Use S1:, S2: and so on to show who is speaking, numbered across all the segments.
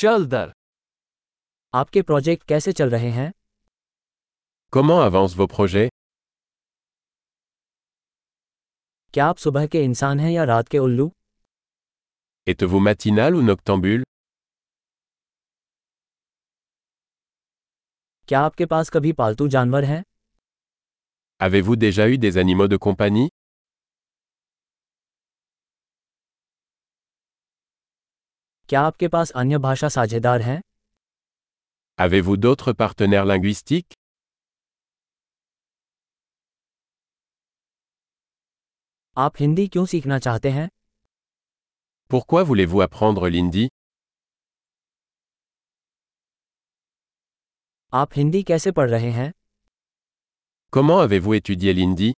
S1: चल दर
S2: आपके प्रोजेक्ट कैसे चल रहे हैं
S3: Comment avancent vos projets
S2: क्या आप सुबह के इंसान हैं या रात के उल्लू
S3: Êtes-vous matinal ou noctambule
S2: क्या आपके पास कभी पालतू जानवर हैं
S3: Avez-vous déjà eu des animaux de compagnie
S2: क्या आपके पास अन्य भाषा साझेदार हैं
S3: Avez-vous d'autres partenaires linguistiques
S2: आप हिंदी क्यों सीखना चाहते हैं
S3: Pourquoi voulez-vous apprendre l'hindi
S2: आप हिंदी कैसे पढ़ रहे हैं
S3: Comment avez-vous étudié l'hindi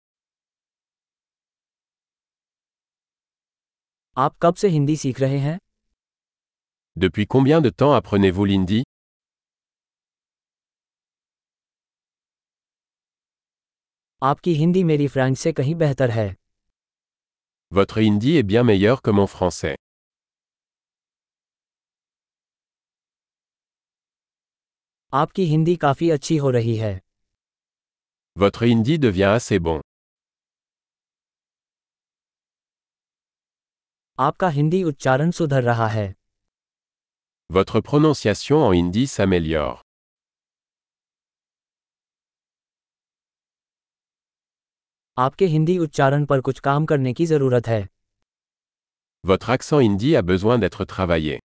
S2: आप कब से हिंदी सीख रहे हैं
S3: Depuis combien de temps apprenez-vous l'hindi
S2: आपकी हिंदी मेरी फ्रेंच से कहीं बेहतर है
S3: Votre hindi est bien meilleur que mon français.
S2: आपकी हिंदी काफ़ी अच्छी हो रही है
S3: Votre hindi devient assez bon.
S2: आपका हिंदी उच्चारण सुधर रहा है
S3: Votre prononciation en hindi s'améliore.
S2: आपके हिंदी उच्चारण पर कुछ काम करने की ज़रूरत है
S3: Votre accent hindi a besoin d'être travaillé.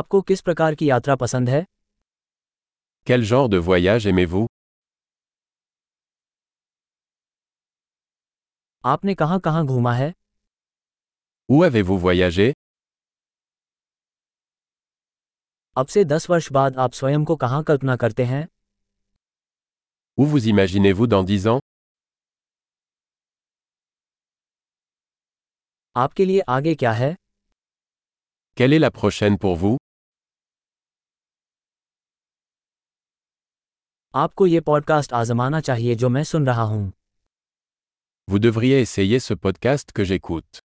S2: आपको किस प्रकार की यात्रा पसंद है
S3: Quel genre de voyage aimez-vous
S2: आपने कहाँ कहाँ घूमा है
S3: Où avez-vous voyagé
S2: अब से दस वर्ष बाद आप स्वयं को कहाँ कल्पना करते हैं
S3: Où vous imaginez-vous dans 10 ans
S2: आपके लिए आगे क्या है
S3: Quelle est la prochaine pour vous
S2: आपको ये पॉडकास्ट आजमाना चाहिए जो मैं सुन रहा हूँ
S3: Vous devriez essayer ce podcast que j'écoute.